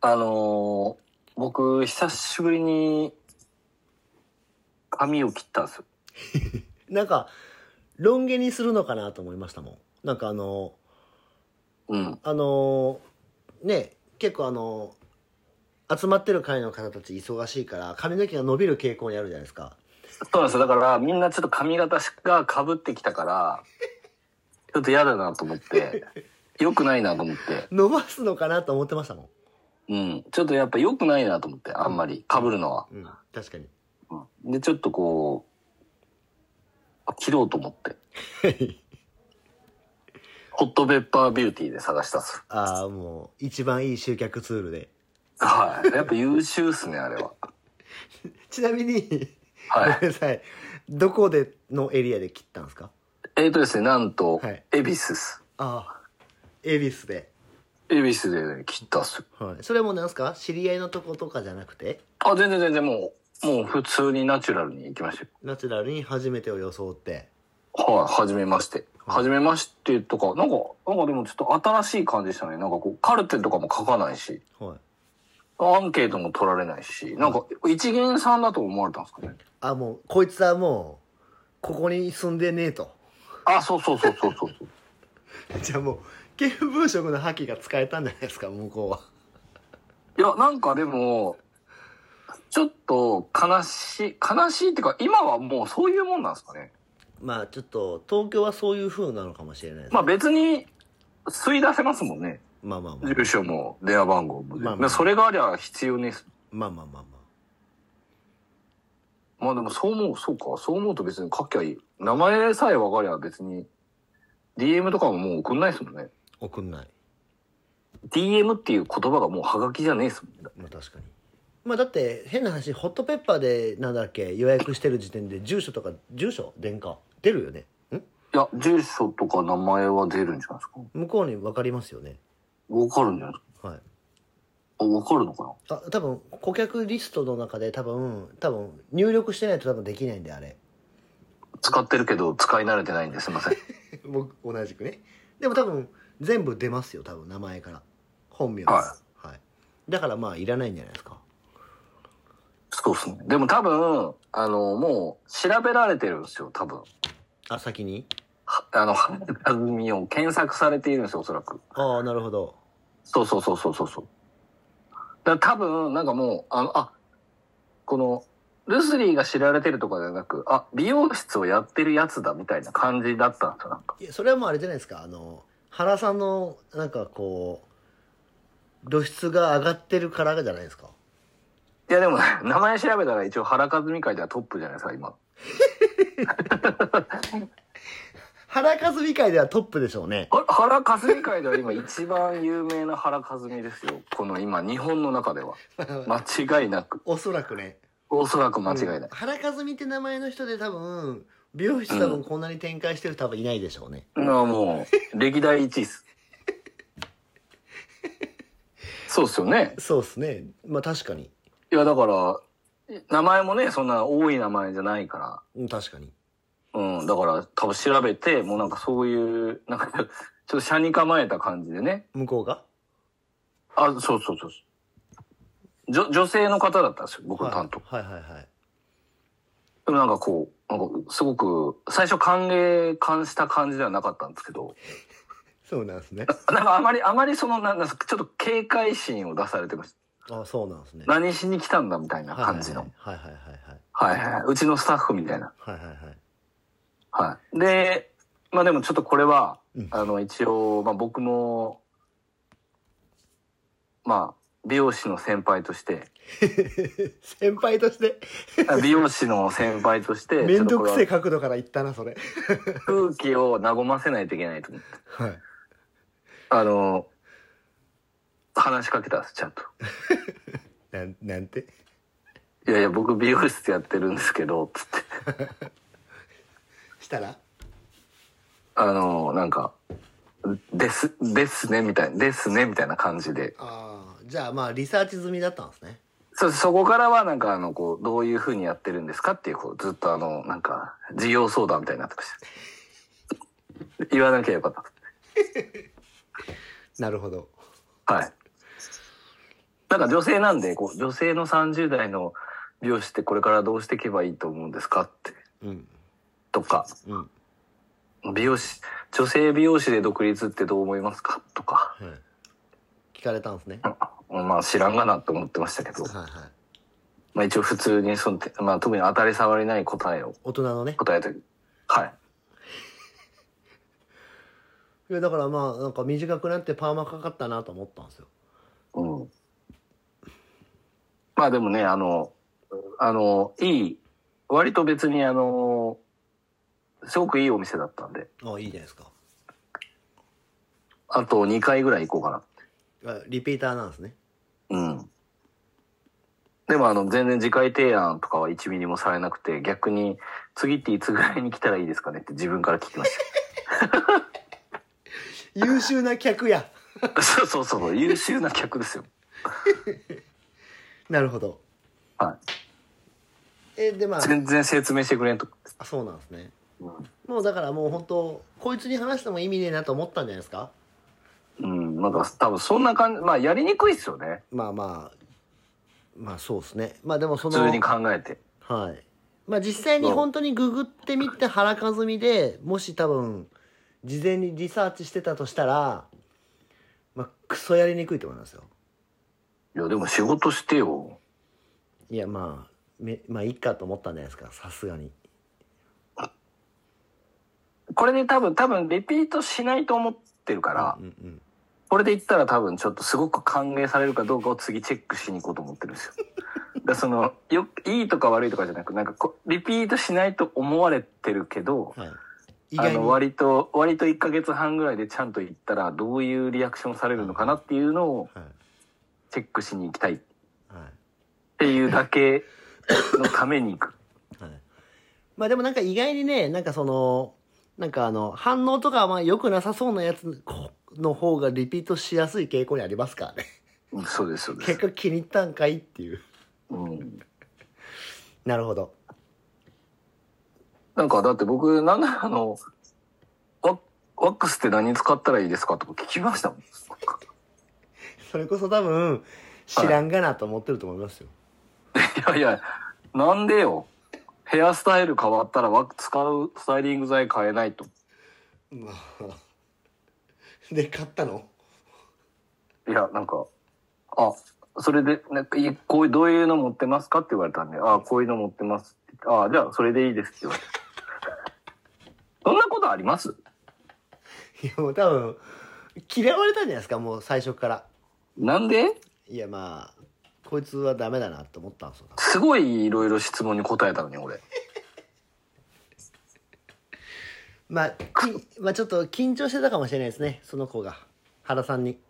あのー僕、久しぶりに、髪を切ったんですよ。なんか、ロン毛にするのかなと思いましたもん。なんかあの、うん。あの、ね、結構あの、集まってる会の方たち忙しいから、髪の毛が伸びる傾向にあるじゃないですか。そうなんですよ。だから、みんなちょっと髪型が被ってきたから、ちょっと嫌だなと思って、良くないなと思って、伸ばすのかなと思ってましたもうん。ちょっとやっぱ良くないなと思って、あんまり被るのは。ん。うん、確かに。うんで、ちょっとこう、切ろうと思って。ホットペッパービューティーで探したんですよ。ああ、もう、一番いい集客ツールで。はい。やっぱ優秀っすね、あれは。ちなみに、ごはいめん。なさい。どこで、のエリアで切ったんですかえーとですね、なんとはい、恵比寿っす。ああ、恵比寿で。恵比寿で、ね、切ったっすよ。はい。それもなんすか知り合いのとことかじゃなくてあ、全然全然もう、もう普通にナチュラルに行きましたよ。ナチュラルに初めてを装って。はい、はじめまして。はじめましてとか、なんか、なんかでもちょっと新しい感じでしたね。なんかこう、カルテとかも書かないし、はい。アンケートも取られないし、なんか、一元さんだと思われたんですかね。あ、もう、こいつはもう、ここに住んでねえと。 あ、そうそうそうそうそうそう。じゃあもう、見聞色の覇気が使えたんじゃないですか、向こうは。いや、なんかでも、ちょっと悲しい、悲しいっていうか、今はもうそういうもんなんですかね。まあちょっと、東京はそういう風なのかもしれないです。まあ別に、吸い出せますもんね。まあまあまあ。住所も電話番号も。まあまあまあそれがありゃ必要ね。まあまあまあままあでもそう思う、そうか。そう思うと別に書きゃいい。名前さえ分かりゃ別に、DM とかももう送んないですもんね。あ。送んない。 DM っていう言葉がもうハガキじゃねえですもんね。まあ確かに。まあだって、変な話、ホットペッパーで、なんだっけ、予約してる時点で、住所とか、住所電化出るよね。んいや、住所とか名前は出るんじゃないですか。向こうに分かりますよね。分かるんじゃないですはい。か。あ、分かるのかなあ、多分、顧客リストの中で多分、多分、入力してないと多分できないんで、あれ。使ってるけど使い慣れてないんですいません。僕同じくねでも多分全部出ますよ多分名前から本名ははい、だからまあいらないんじゃないですかそうですね。でも多分、あの、もう調べられてるんですよ、多分。あ先にはあの、 原田組を検索されているんですよ、おそらく。ああなるほどそうそうそうそうそうそう。だから多分、なんかもう、あの、あ、この、ルスリーが知られてるとかじゃなく、あ、美容室をやってるやつだみたいな感じだったんですよ、なんか。いやそれはもうあれじゃないですかあの原さんのなんかこう露出が上がってるからじゃないですかいやでも、名前調べたら一応原和美会ではトップじゃないですか、今。原和美会ではトップでしょ うねあ原和美会では今一番有名な原和美ですよ。この今、日本の中では。間違いなく。おそらくねおそらく間違いない。原和美って名前の人で多分美容室多分こんなに展開してる人多分いないでしょうね、あもう、歴代一位っす。そうっすよね。そうっすねまあ確かにいや、だから、名前もね、そんな多い名前じゃないかうん確かにら。うん、だから、多分調べて、もうなんかそういう、なんか、ち ょっと車に構えた感じでね。向こうがあ、そうそうそうそう。女、女性の方だったんですよ、僕の担当。はいはいはいはいでもなんかこう、なんか、すごく、最初歓迎感した感じではなかったんですけど、そうなんですねなんかあまり、あまりその、なんなんですか、ちょっと警戒心を出されてました。あそうなんですね何しに来たんだみたいな感じの。はいはいはいはいはいはい。うちのスタッフみたいな。はいはいはいはい。で、まあでもちょっとこれは、うんあの一応、まあ僕も、まあ、美容師の先輩として、 先輩として あ美容師の先輩として、面倒くせえちょっ角度から言ったなそれとこれは空気を和ませないといけないと思って。はいあの、話しかけたんです、ちゃんと。なんなんていやいや、僕美容室やってるんですけど、つって。したらあの、なんか、です、ですね、みたいな、ですね、みたいな感じで。ああじゃあまあリサーチ済みだったんですねそ、そこからはなんかあの、こう、どういう風にやってるんですかっていう、こう、ずっとあの、なんか、事業相談みたいになってました。言わなきゃよかっなるほどた。はい。なんか女性なんで、こう、女性の30代の美容師ってこれからどうしていけばいいと思うんですかって、うんとか、うんは美容師、女性美容師で独立ってどう思いますかとか、い聞かれたんですねまあ知らんがなと思ってましたけど、はいはいまあ一応普通にその、まあ特に当たり障りない答えを大人のね答えて、はい。いやだからまあなんか短くなってパーマかかったなと思ったんですようん。まあでもね、あの、あの、いい、割と別にあの、すごくいいお店だったんで、あいいじゃないですかあと2回ぐらい行こうかあリピーターなんですねな。うん。でもあの、全然次回提案とかは1ミリもされなくて、逆に、次っていつぐらいに来たらいいですかねって自分から聞きまし優秀な客やた。 そうそうそう、優秀な客ですよ。なるほどはえでまあい。全然説明してくれんと。あそうなんですねうんもうだからもう本当こいつに話しても意味ねえなと思ったんじゃないですかうん、なんか多分そんな感じ、まあやりにくいっすよね。まあまあまあそうですねまあでもそ普の通に考えて。はいまあ実際にそう本当にググってみて腹かずみでもし多分事前にリサーチしてたとしたらまあクソやりにくいと思いますよいや、でも仕事してよ。いやまあめまあいいかと思ったんじゃないですかさすがにこれで多分、多分、リピートしないと思ってるから、うんうんこれで言ったら多分、ちょっとすごく歓迎されるかどうかを次チェックしに行こうと思ってるんですよ。だからその、よ、いいとか悪いとかじゃなく、なんかこう、リピートしないと思われてるけど、はい意あ外にの、割と、割と1ヶ月半ぐらいでちゃんと言ったら、どういうリアクションされるのかなっていうのをはいチェックしに行きたいっはいていうだけのために行く。はい、まあでもなんか意外にねなんかそのなんかあの反応とかはまあ良くなさそうなやつこの方がリピートしやすい傾向にありますから ねうんそうです、そうです結。果気に入ったんかいっていううんなるほどなんかだって僕、なんだあの、ワワックスって何使ったらいいですかとか聞きましたもん。それこそ多分知らんがなと思ってると思いますよ、いやいや、なんでよ。ヘアスタイル変わったらワック使うスタイリング剤変えないと。まあ で買ったのいや、なんか、あ、それで、なんか、いこういう、どういうの持ってますかって言われたんで、あこういうの持ってますって言って。あじゃあ、それでいいですって言われて。そんなことありますいやもう多分嫌われたんじゃないですかもう最初からなんでいやまあこいつはダメだなと思ったんですよすごいいろいろ質問に答えたのに、俺。まあ、きまあちょっと緊張してたかもしれないですねその子が原さんに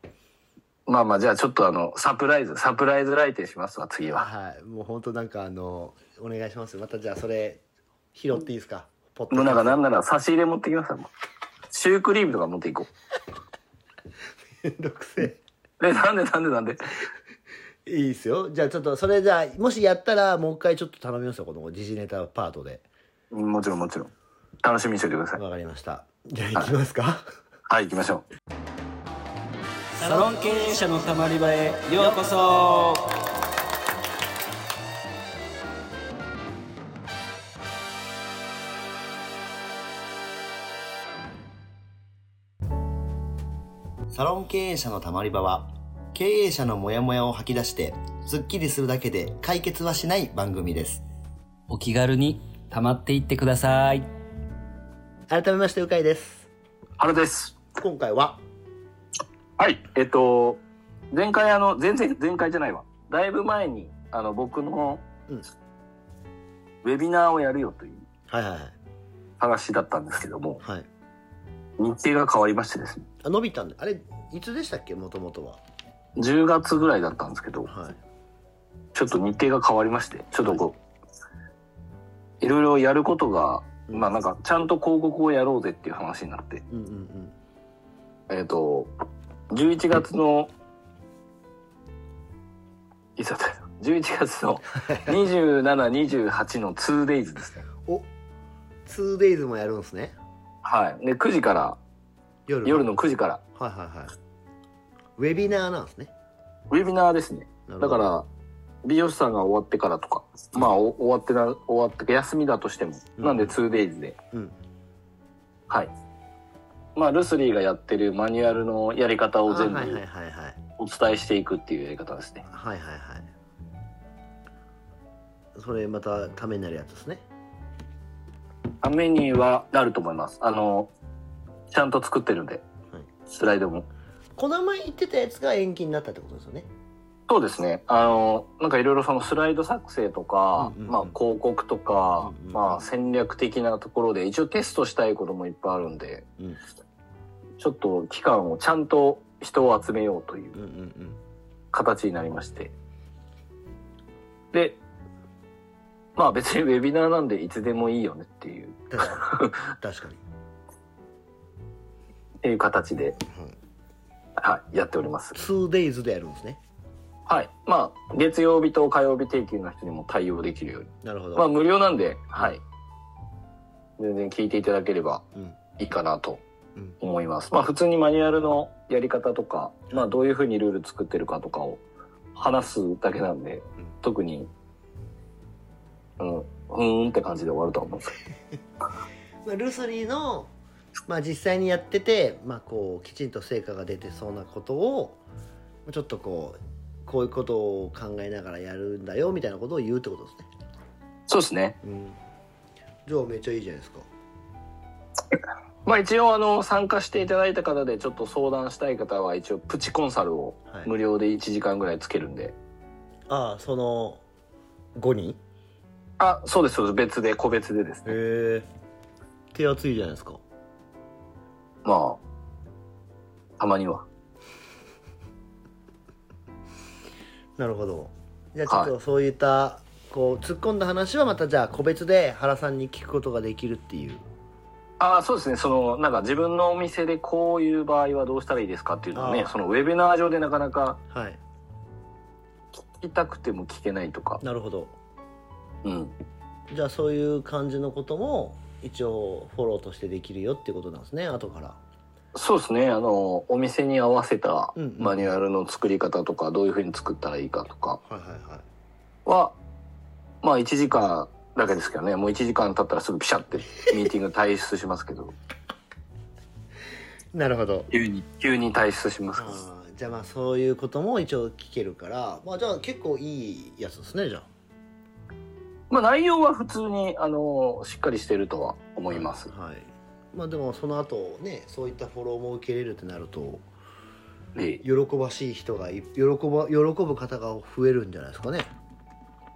まあまあ、じゃあ、ちょっとあの、サプライズ、サプライズ来店しますわ、次は。はいもう本当なんかあのお願いしますよまたじゃあそれ拾っていいですかポッもうなんキャ かストなんなら差し入れ持ってきますよ。もうシュークリームとか持っていこめんどくせう。え、なんでなんでなんで。えいいですよじゃあちょっとそれじゃあもしやったらもう一回ちょっと頼みますよこの時事ネタパートでもちろんもちろん。楽しみにしておいてください。わかりましたじゃあ行きますかはい、行きましょう。サロン経営者のたまり場へようこそサロン経営者のたまり場は経営者のモヤモヤを吐き出してスッキリするだけで解決はしない番組ですお気軽にたまっていってください改めましてうかいです原です。今回ははい。えっと、前回あの、前々、前回じゃないわ。だいぶ前に、あの、僕の、うんウェビナーをやるよというはいはいはい話だったんですけども、はい。日程が変わりましてですね、あ伸びたんで、あれいつでしたっけもともとは。 10月ぐらいだったんですけど、はい。ちょっと日程が変わりまして、ちょっとこう、いろいろやることが、まあなんか、ちゃんと広告をやろうぜっていう話になって、うんうんうん。えっ、と、11月の、いつだったかな11月 の27、28の 2days ですね。お、ツーデイズもやるんですね。はい。で、9時から、夜。夜の9時から、はいはいはい。ウェビナーなんですね。ウェビナーですね。なるだほどから、美容師さんが終わってからとか、まあ、お終わってな、終わってか、休みだとしても、うんなんで 2days で、うんはい。まあ、ルスリーがやってるマニュアルのやり方を全部あはいはいはいはいお伝えしていくっていうやり方ですね。はいはいはいそれまたためになるやつですねためにはなると思います。あの、ちゃんと作ってるんで、はいスライドも。この前言ってたやつが延期になったってことですよねそうですね。あの、なんかいろいろそのスライド作成とか、うんうんうんまあ広告とか、うんうんうんまあ戦略的なところで一応テストしたいこともいっぱいあるんで、うんちょっと期間をちゃんと人を集めようといううんうん形になりまして。で、まあ別にウェビナーなんでいつでもいいよねっていう、うん 確かに確かにっていう形で、はいはい、やっております。 2days でやるんですねはい。まあ、月曜日と火曜日定休の人にも対応できるように。なるほど、まあ、無料なんで、はい。全然聞いていただければうんいいかなとうん思います。まあ、普通にマニュアルのやり方とか、まあ、どういうふうにルール作ってるかとかを話すだけなんで、特に、うん、うーんって感じで終わるとは思うんですけど。まあ、ルスリーの、まあ、実際にやってて、まあ、こうきちんと成果が出てそうなことをちょっとこうこういうことを考えながらやるんだよみたいなことを言うってことですね、そうですね。うん、じゃあめっちゃいいじゃないですかまあ、一応、あの、参加していただいた方で、ちょっと相談したい方は、一応、プチコンサルをはい無料で1時間ぐらいつけるんで、ああその5人あ、そうです、そうです。別で、個別でですね。へえ手厚いじゃないですかまあ、たまには。なるほどじゃあちょっとそういったこう突っ込んだ話はまたじゃあ個別で原さんに聞くことができるっていうああ、そうですね。その、なんか自分のお店でこういう場合はどうしたらいいですかっていうのはあねー、そのウェビナー上でなかなかはい聞きたくても聞けないとか。なるほどうん。じゃあそういう感じのことも一応フォローとしてできるよっていうことなんですね後からそうですね。あの、お店に合わせたうんうんマニュアルの作り方とか、どういうふうに作ったらいいかとかはいはいはいは、まあ1時間だけですけどね、もう1時間経ったらすぐピシャってミーティング退出しますけど、なるほど急に、急に退出しますけど。あーじゃあまあそういうことも一応聞けるから、まあ、じゃあ結構いいやつですねじゃあまあ内容は普通に、あの、しっかりしてるとは思います。はいまあでもその後ねそういったフォローも受けれるってなるとで喜ばしい人がい喜ば喜ぶ方が増えるんじゃないですかね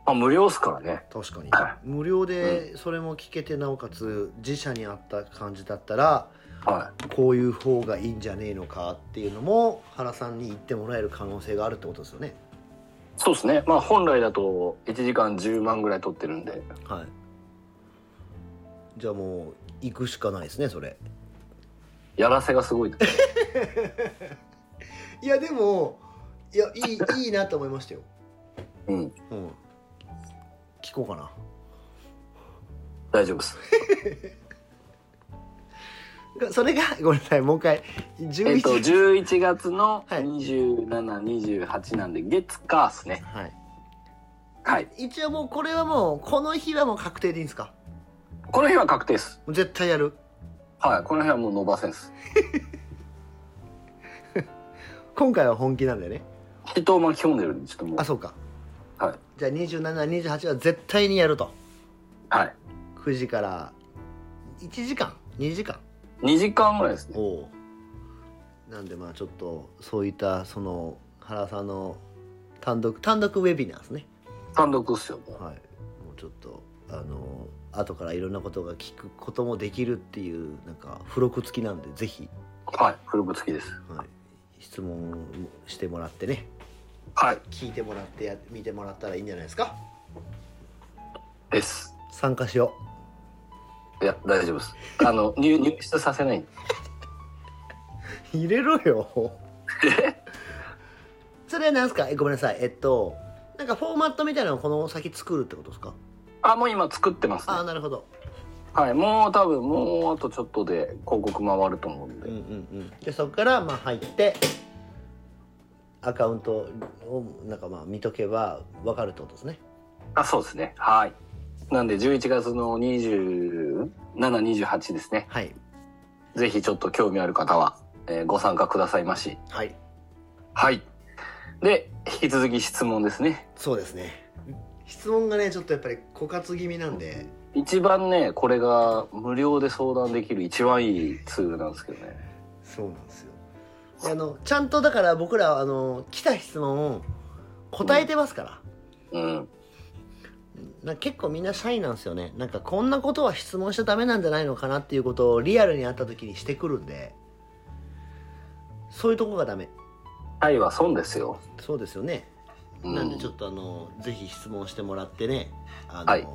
まあ無料っすからね。確かには無料でそれも聞けてなおかつ自社に合った感じだったらはこういう方がいいんじゃねえのかっていうのも原さんに言ってもらえる可能性があるってことですよねい。そうですね。まあ本来だと1時間10万ぐらい取ってるんで。はいじゃあもう行くしかないですねそれやらせがすごい。 いやでもいやいい いいなと思いましたようん。うん聞こうかな大丈夫です。がそれが ごめんなさいもう一回11えっと、11月のはい27、28なんで、月火ですね。はいはい。一応もうこれはもうこの日はもう確定でいいんですかこの日は確定です。もう絶対やるはい。この日はもう伸ばせんです。今回は本気なんだよね人を巻き込んでるんで、ちょっともあそうかう。はい。じゃあ2728は絶対にやるとはい。 9時から1時間2時間2時間ぐらいですね。おうなんでまあちょっとそういったその原さんの単独単独ウェビナーですね単独っすよ。はいもうちょっとあの後からいろんなことが聞くこともできるっていうなんか付録付きなんでぜひ、はい。フルブ付きです。はい、質問してもらってねはい。聞いてもらってや見てもらったらいいんじゃないですかです。参加しよいや、大丈夫です。あの、入、入室させないんで。う入れろよ それは何ですかえごめんなさいえっとなんかフォーマットみたいなのをこの先作るってことですかあ、もう今作ってますねああ。なるほどはい、もう多分もうあとちょっとで広告回ると思うんうで、んうんうんでそこからまあ入ってアカウントをなんかまあ見とけば分かるってことですねあ、そうですね。はい。なんで、11月の27、28ですね。はいぜひちょっと興味ある方は、えーご参加くださいまし。はいはい。で、引き続き質問ですね。そうですね質問がねちょっとやっぱり枯渇気味なんで一番ね、これが無料で相談できる一番いいツールなんですけどね。そうなんですよあのちゃんとだから僕らはあの来た質問を答えてますから、うん。な結構みんなシャイなんですよねなんかこんなことは質問しちゃダメなんじゃないのかなっていうことをリアルに会った時にしてくるんでそういうとこがダメ愛は損ですよ。そうですよね、うんなんでちょっとあのぜひ質問してもらってねあの、はい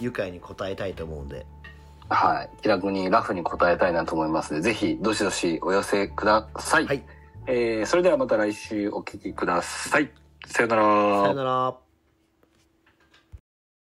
愉快に答えたいと思うんではい。気楽にラフに答えたいなと思いますので、ぜひ、どしどしお寄せください。はいえーそれではまた来週お聞きください。さよならさよなら